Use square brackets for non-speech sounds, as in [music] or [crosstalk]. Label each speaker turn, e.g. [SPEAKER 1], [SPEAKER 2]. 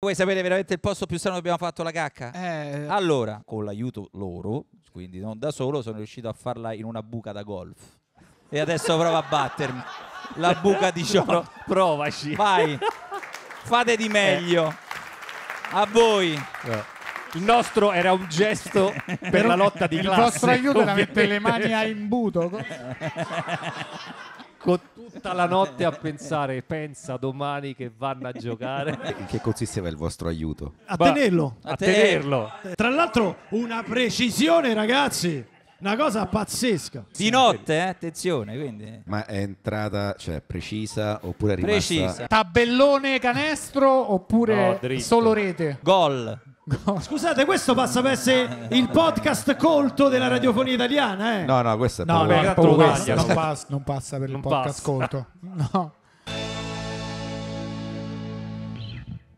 [SPEAKER 1] Vuoi sapere veramente il posto più strano dove abbiamo fatto la cacca?
[SPEAKER 2] Eh,
[SPEAKER 1] Allora, con l'aiuto loro, quindi non da solo, sono riuscito a farla in una buca da golf. E adesso provo a battermi. La
[SPEAKER 3] [laughs]
[SPEAKER 2] [laughs]
[SPEAKER 1] buca di
[SPEAKER 2] diciamo.
[SPEAKER 1] ciò.
[SPEAKER 3] Pro- provaci.
[SPEAKER 1] Vai, fate di meglio. A voi.
[SPEAKER 3] Eh. Il nostro era un
[SPEAKER 2] [laughs]
[SPEAKER 3] gesto per la lotta di
[SPEAKER 2] il
[SPEAKER 3] classe.
[SPEAKER 2] vostro aiuto era mettere le mani a
[SPEAKER 3] ovviamente.
[SPEAKER 2] imbuto. co-
[SPEAKER 3] Con tutta la notte a pensare, pensa domani che vanno a giocare.
[SPEAKER 4] In che consisteva il vostro aiuto?
[SPEAKER 5] a
[SPEAKER 3] Va-
[SPEAKER 5] tenerlo.
[SPEAKER 3] A
[SPEAKER 1] te-
[SPEAKER 3] tenerlo.
[SPEAKER 5] Tra l'altro, una precisione, ragazzi, una cosa pazzesca.
[SPEAKER 1] Di notte, eh, attenzione, quindi.
[SPEAKER 4] Ma è entrata, cioè, precisa oppure è rimasta?
[SPEAKER 1] Precisa.
[SPEAKER 2] Tabellone canestro
[SPEAKER 3] No,
[SPEAKER 2] oppure
[SPEAKER 3] dritto.
[SPEAKER 2] solo rete?
[SPEAKER 1] Gol.
[SPEAKER 5] Scusate, questo passa per essere il podcast colto della radiofonia italiana, eh?
[SPEAKER 4] No, no, questo è
[SPEAKER 2] No,
[SPEAKER 4] proprio-
[SPEAKER 2] no,
[SPEAKER 3] beh,
[SPEAKER 2] proprio
[SPEAKER 3] lo
[SPEAKER 2] questo.
[SPEAKER 3] tagliano.
[SPEAKER 2] non, passa, non passa per il
[SPEAKER 3] Non
[SPEAKER 2] podcast
[SPEAKER 3] passa.
[SPEAKER 2] ascolto. [laughs] No.